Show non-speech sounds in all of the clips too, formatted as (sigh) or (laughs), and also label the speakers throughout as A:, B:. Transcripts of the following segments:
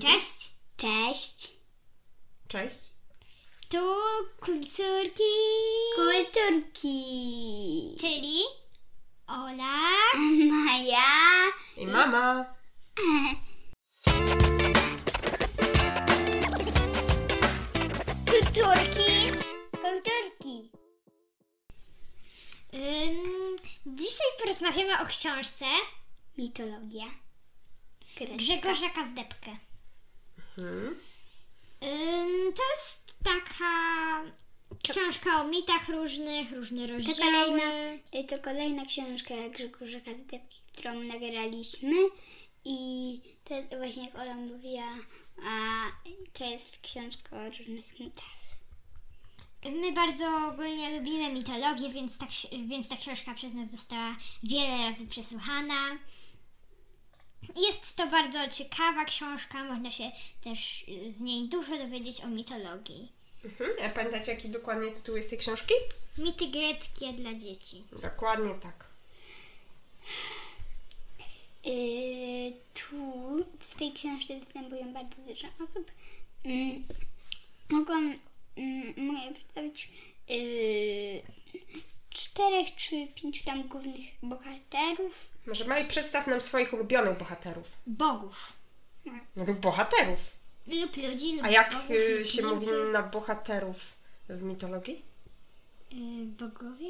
A: Cześć,
B: Cześć.
C: Mhm. Cześć.
A: tu kulturki,
B: Kulturki.
A: czyli Ola.
B: Maja.
C: I mama.
B: Kulturki. Kulturki.
A: Ym, dzisiaj porozmawiamy o książce
B: Mitologia.
A: Grzegorza Kazdepkę.
C: Mhm.
A: Ym, to jest taka książka o mitach różnych, różne rozdziały.
B: kolejna. Y, To kolejna książka Grzegorza Kazdepki, którą nagraliśmy. I to jest właśnie jak Ola mówiła, a to jest książka o różnych mitach.
A: My bardzo ogólnie lubimy mitologię, więc ta, ksi- więc ta książka przez nas została wiele razy przesłuchana. Jest to bardzo ciekawa książka, można się też y, z niej dużo dowiedzieć o mitologii.
C: Mhm. A pamiętacie, jaki dokładnie tytuł jest tej książki?
A: Mity greckie dla dzieci.
C: Dokładnie tak.
B: Y, tu w tej książce występują bardzo dużo osób. Mm, mogłam mm, mogę przedstawić y, czterech czy pięciu tam głównych bohaterów.
C: Może Maj przedstaw nam swoich ulubionych bohaterów.
A: Bogów.
C: Lub bohaterów.
A: Lub ludzi, lub
C: A jak
A: bogów,
C: y,
A: lub
C: się
A: mitów.
C: mówi na bohaterów w mitologii?
A: Y, bogowie?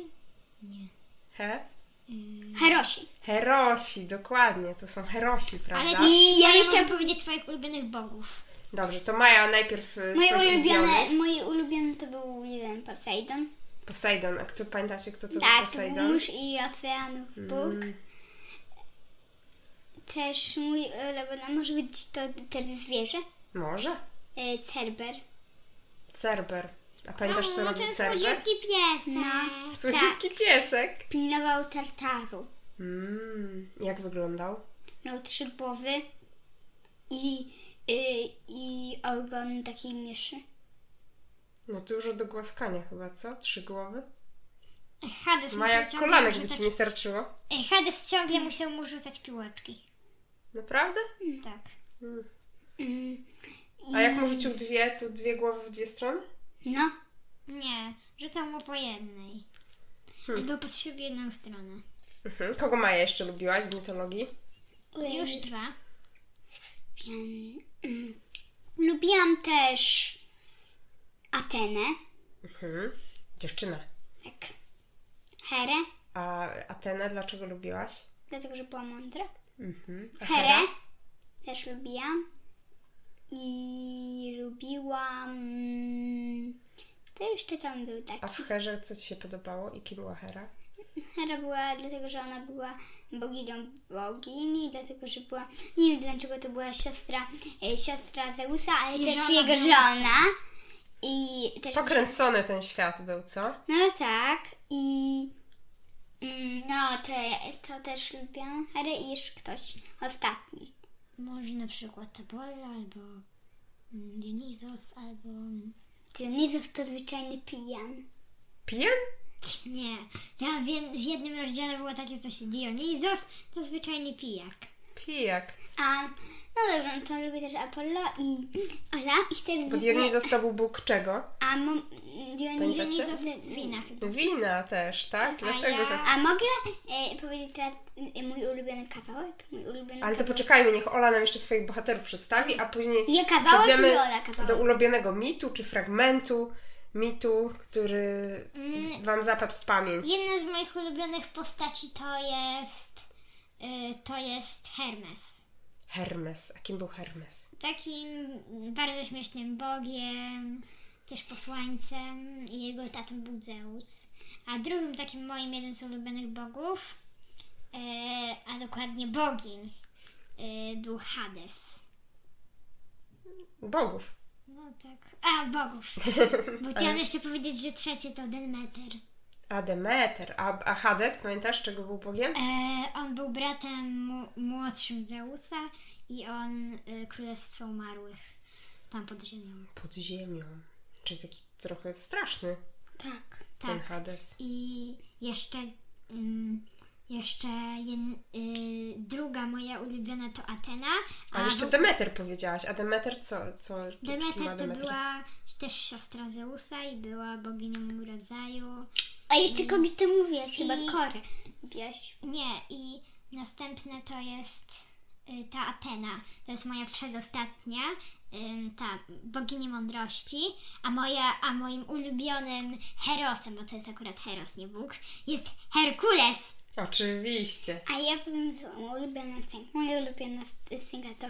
A: Nie.
C: He? Mm.
B: Harosi.
C: Herosi, dokładnie. To są herosi, prawda?
A: Ale
B: I
A: ja
B: ja
A: jeszcze
B: jeszcze-
A: chciałam powiedzieć swoich ulubionych bogów.
C: Dobrze, to Maja najpierw y,
B: Moje
C: swoich
B: ulubione,
C: ulubionych.
B: moje ulubione to był jeden Poseidon.
C: Posejdon. A kto, pamiętacie, kto to był
B: tak, to był
C: Posejdon?
B: mórz i oceanów Bóg.
C: Mm.
B: Też mój ulubiony, może być to też zwierzę,
C: Może?
B: y, Cerber.
C: Cerber. A pamiętasz, co
A: no,
C: robił
A: ten
C: Cerber?
A: słodziutki pies.
B: No.
C: Słodziutki piesek.
B: Pilnował tartaru.
C: Mm, jak wyglądał?
B: Miał trzy głowy i, y, i ogon takiej myszy.
C: No dużo do głaskania chyba, co? Trzy głowy?
A: Hades
C: Maja,
A: musiał ciągle
C: kolanek by
A: rzucać-
C: ci nie starczyło.
A: Ej, Hades ciągle musiał mu rzucać piłeczki.
C: Naprawdę? Hmm.
A: Tak.
B: Mm,
C: A jak mu rzucił dwie, to dwie głowy w dwie strony?
B: No,
A: Nie, rzucał mu po jednej.
C: Hmm.
A: Albo patrzył w jedną stronę.
C: Mhm. Kogo Maja jeszcze lubiłaś z mitologii?
A: Już
B: y,
A: dwa.
B: wiem. Mm. Lubiłam też Atenę,
C: Mhm. Dziewczyna.
B: tak. Herę,
C: A Atenę dlaczego lubiłaś?
B: dlatego że była mądra.
C: Mhm. A
B: Herę
C: Hera?
B: też lubiłam. I lubiłam. To jeszcze tam był taki.
C: A w Herze co ci się podobało i kim była Hera?
B: Hera była dlatego, że ona była boginią bogini, dlatego, że była, nie wiem dlaczego to była siostra, e, siostra Zeusa, ale
A: I
B: też
A: żona
B: jego
A: Zeusa. Tak,
B: żona. I też
C: Pokręcony ten świat był, co?
B: No tak, i mm, no to, to też lubiłam Herę i jeszcze ktoś ostatni.
A: Może na przykład Tabola, albo mm, Dionizos, albo... mm,
B: Dionizos to zwyczajny pijan.
C: Pijan?
A: (laughs) Nie, tam w, jed- w jednym rozdziale było takie coś Dionizos, to zwyczajny pijak.
C: Pijak.
B: A no dobrze, no to lubię też Apollo i Ola i
C: Bo
B: wtedy
C: Dionizos to był bóg czego?
B: a mom,
C: Pamiętacie?
B: Dionizos
A: Dionizos z wina chyba.
C: Wina też, tak? Dlatego,
A: ja-
C: że...
B: A mogę e, powiedzieć teraz e, mój ulubiony kawałek? Mój ulubiony
C: Ale to
B: kawałek.
C: poczekajmy, niech Ola nam jeszcze swoich bohaterów przedstawi, a później
B: Ja kawałek i
C: przejdziemy
B: Ola kawałek.
C: do ulubionego mitu czy fragmentu mitu, który
A: Mm.
C: Wam zapadł w pamięć.
A: Jedna z moich ulubionych postaci to jest... y, to jest Hermes.
C: Hermes. A kim był Hermes?
A: takim bardzo śmiesznym bogiem, też posłańcem i jego tatą był Zeus. A drugim takim moim jednym z ulubionych bogów, e, a dokładnie bogiń, e, był Hades.
C: Bogów.
A: No tak. A, bogów. Bo chciałam jeszcze powiedzieć, że trzeci to Demeter.
C: A Demeter. A, a Hades, pamiętasz czego był bogiem?
A: E, on był bratem mu- młodszym Zeusa i on e, królestwo umarłych tam pod ziemią.
C: Pod ziemią. Czyli taki trochę straszny
B: Tak.
C: ten
A: Tak.
C: Hades.
A: I jeszcze mm, Jeszcze jed, y, druga moja ulubiona to Atena.
C: Ale jeszcze
A: w-
C: Demeter powiedziałaś, a Demeter co? co kim ma
A: Demeter to
C: Demeter?
A: była też siostra Zeusa i była boginią rodzaju.
B: A jeszcze kogoś ty mówiłaś, chyba
A: I-
B: Korę mówiłaś.
A: Nie, i następne to jest y, ta Atena. To jest moja przedostatnia, ym, ta bogini mądrości. A, moja, a moim ulubionym Herosem, bo to jest akurat Heros, nie Bóg, jest Herkules.
C: Oczywiście.
B: A ja powiem moją ulubioną scenkę. Moja ulubiona s- scenka to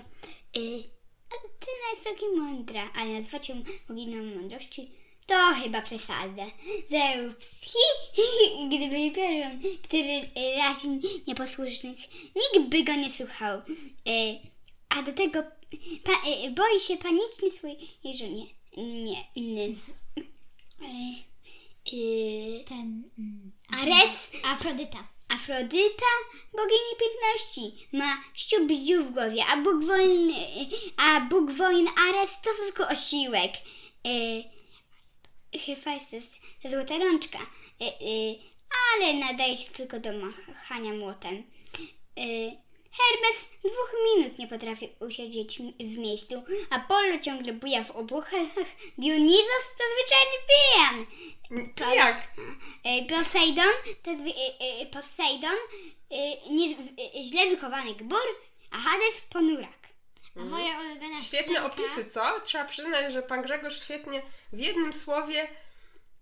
B: y, Atyna jest całkiem mądra, ale nazwać ją boginią mądrości to chyba przesadę. Zeus, (laughs) hi, hi, hi, gdyby nie piorun, który y, razi nieposłusznych, nikt by go nie słuchał. Y, a do tego pa, y, boi się panicznie swojej żonie. Nie, nie. Z, y, y,
A: Ten mm,
B: Ares
A: Afrodyta.
B: Afrodyta, bogini piękności, ma ściub dziób w głowie, a Bóg wojen, a Bóg wojen Ares to tylko osiłek. Yy, Hephaistos to złota rączka, y, y, ale nadaje się tylko do machania młotem. Y, Hermes dwóch minut nie potrafi usiedzieć m- w miejscu, Apollo ciągle buja w obłochach, Dionizos to zwyczajny pijan.
A: Tak.
C: To jak?
B: E, Poseidon, to jest, wy- e, e, Poseidon e, nie, e, źle wychowany gbur, a Hades ponurak.
A: A moja ulubiona
C: Mm. Świetne
A: scenka-
C: opisy, co? Trzeba przyznać, że pan Grzegorz świetnie w jednym słowie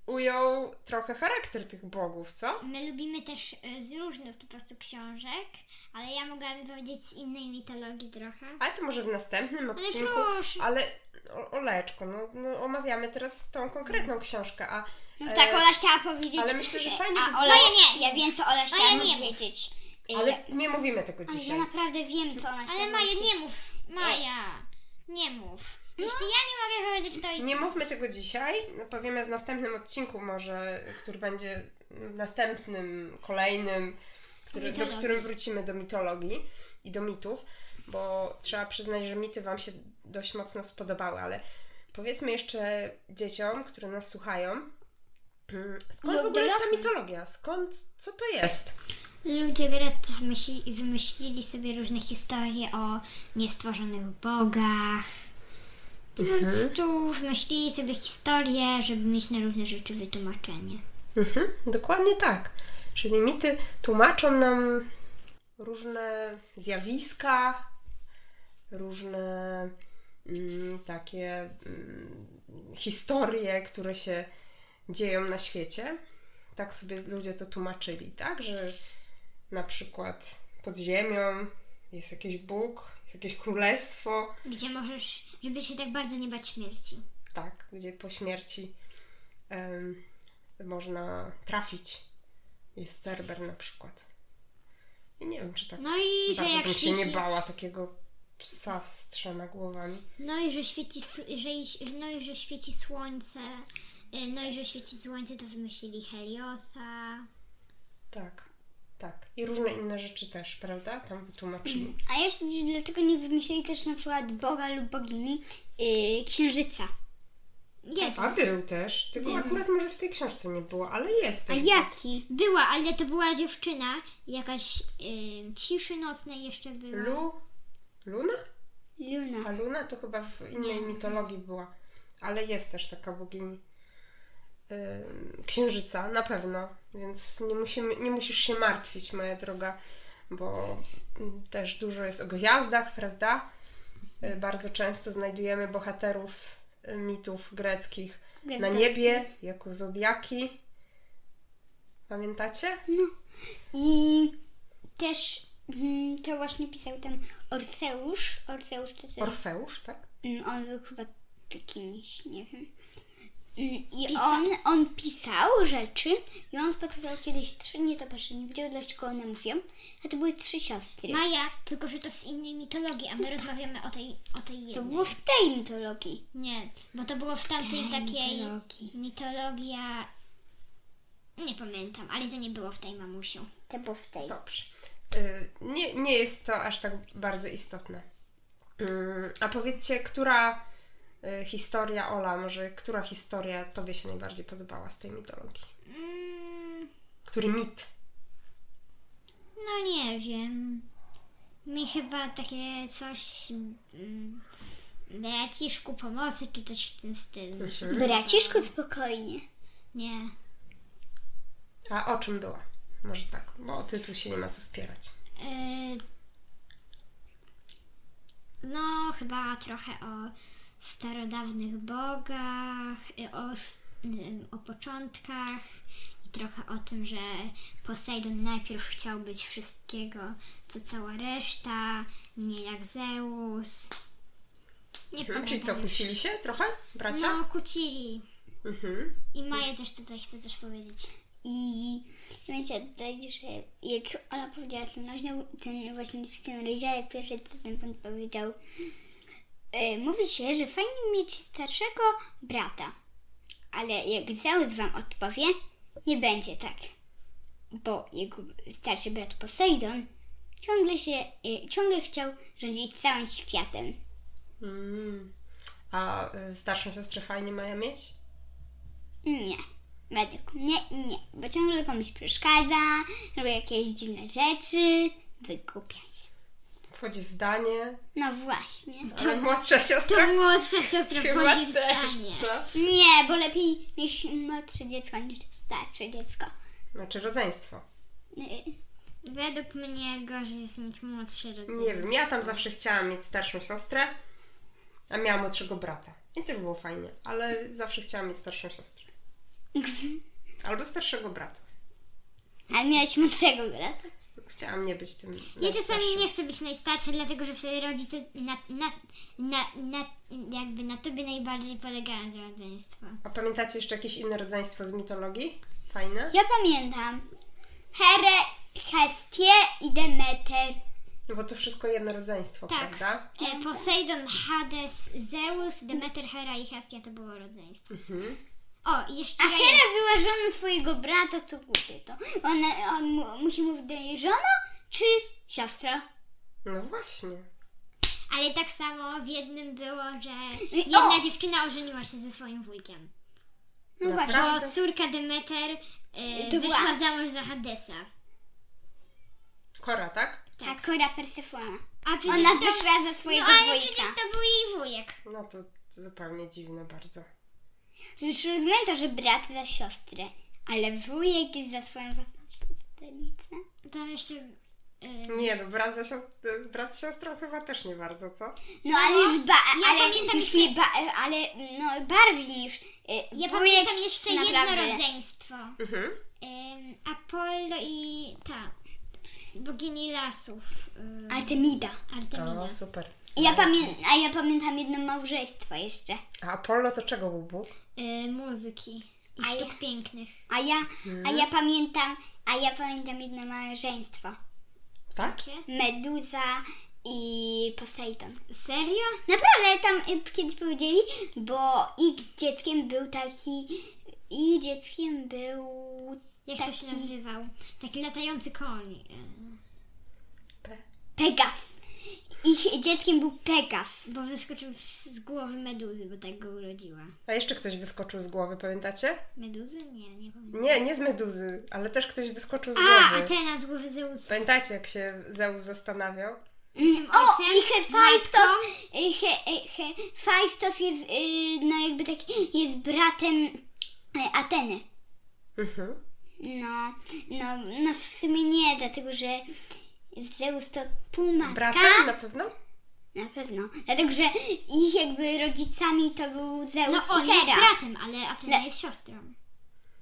C: ujął trochę charakter tych bogów, co?
A: My lubimy też
B: e,
A: y, z różnych po prostu książek, ale ja mogłabym powiedzieć z innej mitologii trochę.
C: Ale to może w następnym
A: Ale
C: odcinku.
A: proszę,
C: Ale o- Oleczko, no, no omawiamy teraz tą konkretną książkę, a
B: No
C: E,
B: tak, Ola chciała powiedzieć.
C: ale myślę, że
B: e,
C: fajnie by
B: A
C: było-
B: Ola,
A: Moja nie.
B: Ja wiem, co Ola chciała
A: nie mów.
B: powiedzieć. E,
C: ale nie mówimy tego
B: ale ja
C: dzisiaj.
B: naprawdę wiem, co ona chciała
A: ale Maja,
B: powiedzieć.
A: nie mów. Maja, nie mów. Jeśli ja nie mogę powiedzieć, to i
C: Nie mówmy tego dzisiaj, no, powiemy w następnym odcinku może, który będzie w następnym, kolejnym, który, do
A: Mitologii.
C: którym wrócimy do mitologii i do mitów, bo trzeba przyznać, że mity Wam się dość mocno spodobały, ale powiedzmy jeszcze dzieciom, które nas słuchają, mm, skąd
B: Lub
C: w ogóle ta
B: dorosłym.
C: mitologia? Skąd, co to jest?
A: Ludzie Grety wymyśli, wymyślili sobie różne historie o niestworzonych bogach. Po
C: Hmm?
A: prostu wymyślili sobie historie, żeby mieć na różne rzeczy wytłumaczenie.
C: Mhm, dokładnie tak. Czyli mity tłumaczą nam różne zjawiska, różne mm, takie mm, historie, które się dzieją na świecie. Tak sobie ludzie to tłumaczyli, tak? Że na przykład pod ziemią jest jakiś Bóg, jest jakieś królestwo,
A: Gdzie możesz, żeby się tak bardzo nie bać śmierci.
C: tak, gdzie po śmierci em, można trafić. Jest Cerber na przykład. I nie wiem, czy tak
A: No i że
C: bardzo
A: jak
C: bym się nie
A: świeci,
C: bała takiego psa z trzema głowami.
A: no i że świeci, sł- że, i- no i że świeci słońce, y, no i że świeci słońce, to wymyślili Heliosa.
C: Tak, tak. I różne inne rzeczy też, prawda? Tam
A: Mm.
C: wytłumaczyli.
B: A ja się dziwię, dlaczego nie wymyślili też na przykład Boga lub bogini y, księżyca.
A: Jest.
C: A był też, tylko
A: Był.
C: akurat może w tej książce nie było, ale jest.
B: A
C: też.
B: jaki?
A: Była, ale to była dziewczyna, jakaś y, ciszy nocnej jeszcze była.
C: Lu... Luna? A
B: Luna.
C: Luna to chyba w innej mitologii była, ale jest też taka bogini ym, księżyca, na pewno, więc nie, musimy, nie musisz się martwić, moja droga, bo mm, też dużo jest o gwiazdach, prawda? Y, Bardzo często znajdujemy bohaterów y, mitów greckich na niebie, jako zodiaki. Pamiętacie?
B: I też mm, to właśnie pisał tam Orfeusz. Orfeusz to też.
C: Orfeusz, tak?
B: Mm, On był chyba t- kimś, nie wiem. Mm, I
A: Pisa-
B: on, on pisał rzeczy i on spotkał kiedyś trzy nietoperze. Nie wiedział dlaczego one mówią, a to były trzy siostry.
A: Maja, tylko że to z innej mitologii, a my rozmawiamy o tej, o tej jednej.
B: To było w tej mitologii.
A: Nie, bo to było w tamtej
B: Tej
A: takiej
B: mitologii.
A: mitologia... Nie pamiętam, ale to nie było w tej mamusiu.
B: To było w tej.
C: Dobrze. Y, Nie, nie jest to aż tak bardzo istotne. Mm, A powiedzcie, która y, historia, Ola, może która historia Tobie się najbardziej podobała z tej mitologii?
A: Mm,
C: Który mit?
A: No nie wiem. Mi chyba takie coś... Mm, braciszku pomocy czy coś w tym stylu. mi się-
C: Mhm.
B: Braciszku, spokojnie.
A: Nie.
C: A o czym była? Może tak, bo o tytuł się nie ma co spierać.
A: Y, No, chyba trochę o starodawnych bogach, y, o, s- y, o początkach i trochę o tym, że Posejdon najpierw chciał być wszystkiego, co cała reszta, nie jak Zeus. Nie
C: Mhm. Czyli co,
A: pamiętam już.
C: kłócili się trochę? Bracia?
A: No, kłócili.
C: Mhm.
A: I Maja też tutaj chce coś powiedzieć.
B: I wiecie, dodać, że jak ona powiedziała ten nośnią, ten właśnie w tym rozdziale pierwszy, to ten pan powiedział e, Mówi się, że fajnie mieć starszego brata, ale jak Zeus wam odpowie, nie będzie tak. Bo jego starszy brat Posejdon ciągle się, e, ciągle chciał rządzić całym światem.
C: Mm. A y, starszą siostrę fajnie Maja mieć?
B: Nie. Według mnie nie, bo ciągle komuś przeszkadza, robi jakieś dziwne rzeczy, wygłupia się.
C: Wchodzi w zdanie,
B: No właśnie.
C: ale młodsza
A: To
C: siostra
A: młodsza siostra
C: Tak? (laughs) chyba
A: Tak. wchodzi w
C: też,
A: zdanie.
C: co?
B: Nie, bo lepiej mieć młodsze dziecko niż starsze dziecko.
C: Znaczy rodzeństwo.
B: Y,
A: Według mnie gorzej jest mieć młodszy rodziny.
C: Nie wiem, ja tam zawsze chciałam mieć starszą siostrę, a miałam młodszego brata. I też było fajnie, ale zawsze chciałam mieć starszą siostrę. Albo starszego brata.
B: Ale miałeś młodszego brata.
C: Chciałam nie być tym
A: Ja czasami
C: najstarszym.
A: nie chcę być najstarsza, dlatego że wtedy rodzice na, na, na, na, jakby na tobie najbardziej polegają z rodzeństwa. E,
C: A pamiętacie jeszcze jakieś inne rodzeństwo z mitologii? Fajne?
B: Ja pamiętam. Here, Hestie i Demeter.
C: No bo to wszystko jedno rodzeństwo,
A: Tak.
C: prawda?
A: E, Poseidon, Hades, Zeus, Demeter, Hera i Hestia to było rodzeństwo.
C: Mhm.
A: O, i jeszcze
B: A
A: ja,
B: Hera była żoną twojego brata, to głupie to. Ona, on mu, musi mówić do niej żona czy siostra?
C: No właśnie.
A: ale tak samo w jednym było, że jedna
B: o!
A: dziewczyna ożeniła się ze swoim wujkiem.
B: No
C: Dobra.
B: właśnie.
A: Bo
C: Prawda.
A: córka Demeter e,
B: To była-
A: wyszła za mąż za Hadesa.
C: Kora, tak?
B: Ta kora Persefona.
A: A przecież
B: Ona
A: to...
B: wyszła ze
A: No
B: swojego
A: ale
B: wujka.
A: przecież to był jej wujek.
C: No to, to zupełnie dziwne bardzo.
B: Już rozumiem to, że brat za siostrę, ale wujek jest za swoją własną siostrzenicę.
A: Tam jeszcze... e,
C: Nie no, brat, za siostr- brat z siostrą chyba też nie bardzo, co?
B: No ale już ba,
A: Ja
B: ale
A: pamiętam
B: już
A: jeszcze-
B: nie ba, ale no bardziej niż y,
A: Ja
B: wujek
A: pamiętam jeszcze
B: naprawdę.
A: jedno rodzeństwo.
C: Mhm.
A: Ym, Apollo i ta bogini lasów. ym,
B: Artemida.
A: Artemida.
C: O, super.
B: I Ja pamię, a ja pamiętam jedno małżeństwo jeszcze.
C: A Apollo to czego był Bóg?
A: Y, muzyki i
B: A ja-
A: sztuk pięknych.
B: A ja, a ja pamiętam, a ja pamiętam jedno małżeństwo.
C: Tak?
A: Takie?
B: Meduza i Poseidon.
A: Serio?
B: Naprawdę tam y, kiedyś powiedzieli, bo ich dzieckiem był taki, ich dzieckiem był
A: Jak to się
B: Taki-
A: nazywał? Taki latający koń. ym,
B: Pegas. Ich dzieckiem był Pegas.
A: Bo wyskoczył w- z głowy meduzy, bo tak go urodziła.
C: A jeszcze ktoś wyskoczył z głowy, pamiętacie?
A: Meduzy? Nie, nie pamiętam.
C: Nie, nie z meduzy, ale też ktoś wyskoczył z
A: A,
C: głowy.
A: Atena z głowy Zeusa.
C: Pamiętacie, jak się Zeus zastanawiał?
A: Jestem
B: Mm. O,
A: ojcem,
B: i Hefajstos,
A: matką.
B: y, he, y, he, Hefajstos jest, y, no jakby taki, jest bratem y, Ateny.
C: Mhm.
B: No, no, no w sumie nie, dlatego że Zeus to półmatka.
C: Bratem na pewno?
B: Na pewno. Dlatego, że ich jakby rodzicami to był Zeus
A: No on
B: i
A: jest
B: Hera.
A: bratem, ale Atena
B: Le-
A: jest siostrą.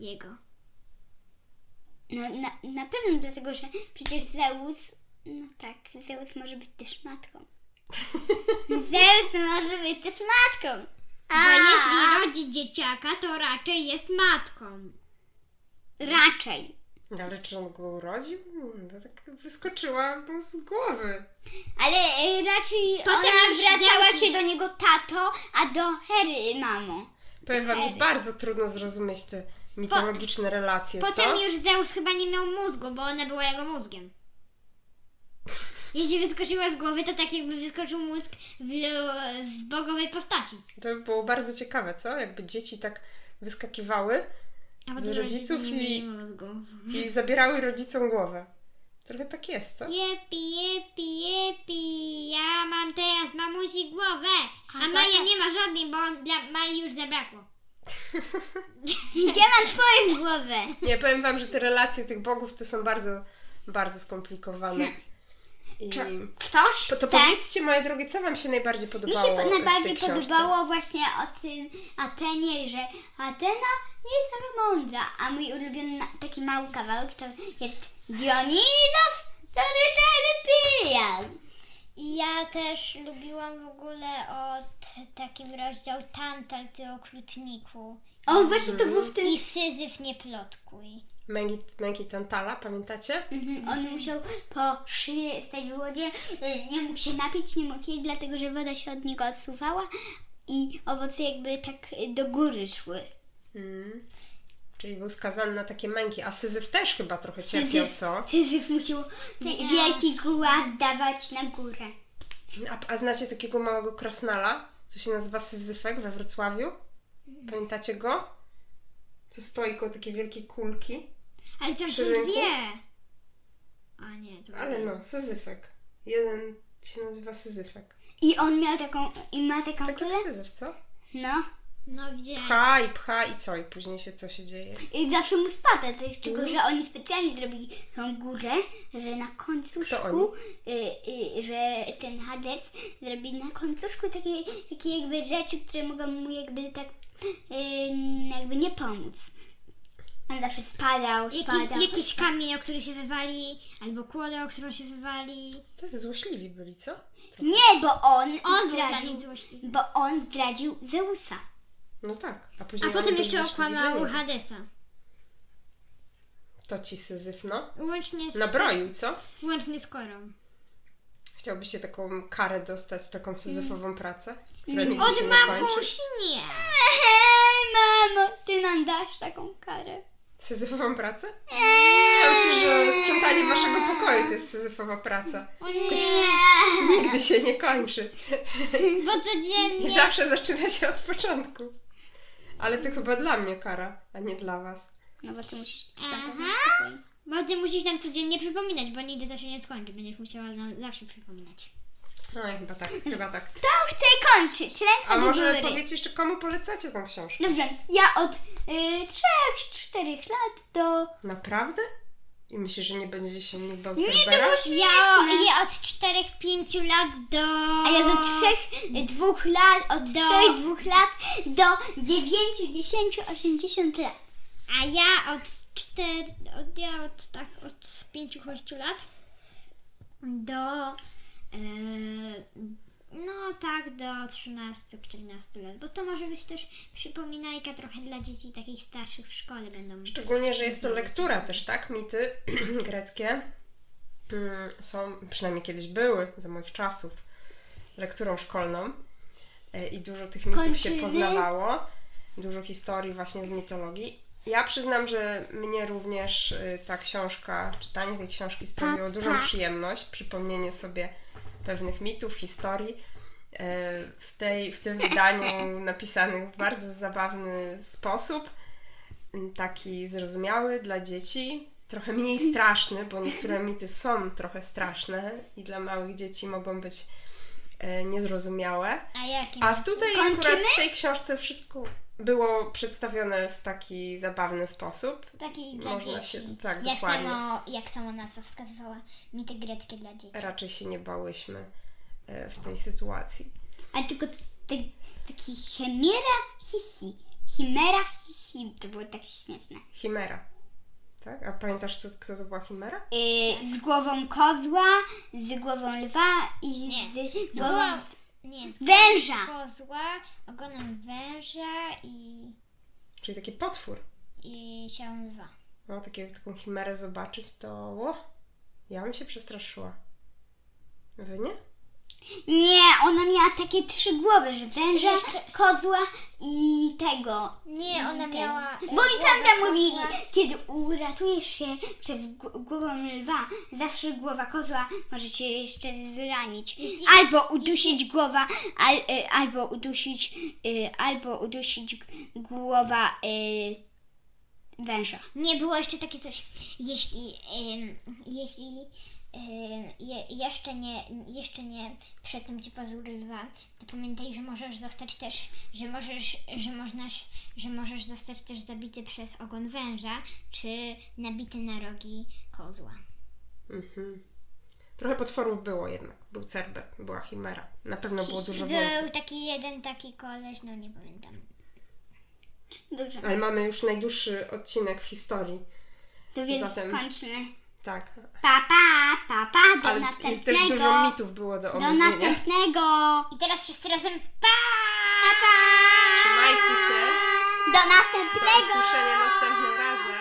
A: Jego.
B: No na, na pewno dlatego, że przecież Zeus, no tak, Zeus może być też matką.
A: (laughs)
B: Zeus może być też matką.
A: Bo
B: A
A: jeśli rodzi dzieciaka, to raczej jest matką.
B: raczej.
C: No, Ale czy on go urodził? Mm, To tak wyskoczyła mu z głowy.
B: Ale y, raczej
A: Potem
B: ona
A: już
B: zwracała
A: Zeus-
B: się do niego tato, a do Hery mamo.
A: (laughs)
C: Powiem wam, że
B: Ery.
C: bardzo trudno zrozumieć te mitologiczne relacje, co?
A: Potem już Zeus chyba nie miał mózgu, bo ona była jego mózgiem. Jeśli wyskoczyła z głowy, to tak jakby wyskoczył mózg w, w bogowej postaci.
C: To by było bardzo ciekawe, co? Jakby dzieci tak wyskakiwały
A: A
C: Z
A: potem
C: rodziców
A: rodzice nie
C: i-
A: mieli mózgu.
C: i zabierały rodzicom głowę. Trochę tak jest, co?
A: Jepi, jepi, jepi, ja mam teraz mamusi głowę, a
B: Agata-
A: Maja nie ma żadnej, bo dla Maji już zabrakło.
B: Gdzie mam twoją głowę?
C: Nie, powiem wam, że te relacje tych bogów to są bardzo, bardzo skomplikowane. I
B: Czy ktoś
C: to, to
B: chce?
C: powiedzcie, moje drogie, co wam się najbardziej
B: Tak. Mi
C: podobało
B: się
C: w tej
B: najbardziej
C: książce?
B: podobało właśnie o tym Atenie, że Atena nie jest taka mądra, a mój ulubiony na- taki mały kawałek to jest Dionidos tak Dorytarypian.
A: Ja też lubiłam w ogóle od takim rozdział Tantal, ty okrutniku.
B: O, właśnie to był w tym...
C: Mhm.
A: I Syzyf nie plotkuj.
C: Męki- Męki Tantala, pamiętacie?
B: Mhm, On musiał po szyję stać w wodzie, y, nie mógł się napić, nie mógł jeść, dlatego że woda się od niego odsuwała i owoce jakby tak y, do góry szły.
C: Mm. Czyli był skazany na takie męki. A Syzyf też chyba trochę cierpiał, co?
B: Syzyf musiał
A: Nie.
B: wielki głaz dawać na górę.
C: A, a znacie takiego małego krasnala, co się nazywa Syzyfek we Wrocławiu?
B: Mhm.
C: Pamiętacie go? Co stoi koło takiej wielkiej kulki?
A: Ale tam są
C: Przy rynku?
A: dwie. A nie, to
C: Ale no, Syzyfek. Jeden się nazywa Syzyfek.
B: I on miał taką, i ma taką
C: Tak jak
B: kulę,
C: Syzyf, co?
B: no.
A: No gdzie?
C: Pcha i pcha i co? I później się co się dzieje?
B: I zawsze mu spada, to jest tylko, że oni specjalnie zrobili tą górę, że na końcu
C: Kto
B: szkół, y, y, że ten Hades zrobi na końcu szkół takie, takie jakby rzeczy, które mogą mu jakby tak, y, jakby nie pomóc. On zawsze spadał, spadał.
A: Jaki, jakiś kamień, o który się wywali, albo kłodę, o którą się wywali.
C: To jest złośliwi byli, co?
B: Nie, bo on,
A: On był dla
B: zdradził,
A: nich złośliwy.
B: bo on zdradził Zeusa.
C: No tak. A
A: A
C: później
A: potem
C: oni byli
A: jeszcze
C: złośliwi dla
A: okłamał
C: niego.
A: Hadesa.
C: To ci Syzyf, no.
A: Łącznie z,
C: Nabroił, co?
A: łącznie z korą.
C: Chciałbyś się taką karę dostać, taką syzyfową pracę? Która nigdy
A: Mm.
C: się
A: Od
C: nie kończy?
A: mamusi nie.
B: Hej, mamo, ty nam dasz taką karę.
C: Syzyfową pracę? Ja myślę, że sprzątanie waszego pokoju to jest syzyfowa praca.
A: O nie,
B: Nie.
C: Nigdy się nie kończy.
A: bo
C: I
A: codziennie
C: zawsze zaczyna się od początku. Ale to chyba dla mnie kara, a nie dla was.
B: No bo ty musisz
A: Aha.
B: zapewnić spokój.
A: Bo ty musisz nam codziennie przypominać, bo nigdy to się nie skończy. Będziesz musiała nam zawsze przypominać.
C: No i chyba tak, chyba tak.
B: To chcę kończyć. Ręka
A: Tak,
C: A
B: do
C: może
B: góry.
C: powiedzcie jeszcze, komu polecacie tą książkę?
B: Dobrze, ja od y, 3-4 lat do...
C: Naprawdę? I myślisz, że nie będzie się nikt bał
B: Nie, to
C: Cerbera?
B: już
A: Ja
B: myślę.
A: je od 4-5 lat do.
B: A ja do 3-2 lat, od
A: Do-
B: 3-2 lat do 9, 10, 80 lat.
A: A ja od 4. Od, ja od tak od 5-6 lat do. e, no tak, do 13-14 lat. Bo to może być też przypominajka trochę dla dzieci takich starszych w szkole będą.
C: Szczególnie, że jest to lektura też, tak? Mity (clears throat) greckie mm, są, przynajmniej kiedyś były, za moich czasów, lekturą szkolną E, i dużo tych mitów się
B: Kończymy.
C: poznawało, dużo historii właśnie z mitologii. Ja przyznam, że mnie również y, ta książka, czytanie tej książki sprawiło dużą przyjemność, przypomnienie sobie pewnych mitów, historii. E, W, tej, w tym wydaniu napisanych w bardzo zabawny sposób y, taki zrozumiały dla dzieci, trochę mniej straszny, bo niektóre mity są trochę straszne i dla małych dzieci mogą być e, niezrozumiałe.
A: A jakie?
C: A w tutaj
B: Kończymy?
C: akurat w tej książce wszystko było przedstawione w taki zabawny sposób.
A: Taki dla
C: Można
A: dzieci.
C: się- tak,
A: jak,
C: dokładnie.
A: samo, jak sama nazwa wskazywała, mity greckie dla dzieci.
C: Raczej się nie bałyśmy e, w tej sytuacji.
B: A tylko te, taki chimera, hihi. Chimera, hihi. To było tak śmieszne.
C: Chimera. Tak? A pamiętasz, co, kto to była Chimera?
A: Tak.
B: Y, z głową kozła, z głową lwa i
A: Nie.
B: z głową
A: Była, nie,
B: węża.
A: kozła, ogonem węża i,
C: Czyli taki potwór.
A: i siałą lwa.
C: No, takie, taką chimerę zobaczyć, to o, ja bym się przestraszyła. Wy nie?
B: Nie, ona miała takie trzy głowy, że węża,
A: Jeszcze-
B: kozła i tego.
A: Nie, ona
B: Ten.
A: miała... e,
B: Bo i sam tam mówili, kiedy uratujesz się przez gł- głową lwa, zawsze głowa kozła może cię jeszcze zranić.
A: Jeśli-
B: Albo udusić głowa, al, y, e, albo udusić, y, albo udusić g- głowa y, e, węża.
A: Nie było jeszcze takie coś, jeśli, em, jeśli em, je, jeszcze, nie, jeszcze nie przetną ci pazury lwa, to pamiętaj, że możesz zostać też, że możesz, że możesz, że możesz zostać też zabity przez ogon węża, czy nabity na rogi kozła.
C: Mhm. Trochę potworów było jednak. Był Cerbet, była Chimera. Na pewno było dużo
A: Był
C: więcej.
A: taki jeden taki koleś, no nie pamiętam.
B: Dobrze,
C: Ale mamy już najdłuższy odcinek w historii.
B: to więc
C: zatem-
B: kończmy.
C: Tak.
B: Pa, pa, pa, pa, do
C: Ale jest
B: następnego.
C: też dużo mitów było do
B: do
C: omówienia.
B: następnego.
A: I teraz wszyscy razem
B: Pa, pa.
C: Trzymajcie się.
B: Do
C: Do
B: następnego.
C: usłyszenia następnym razem.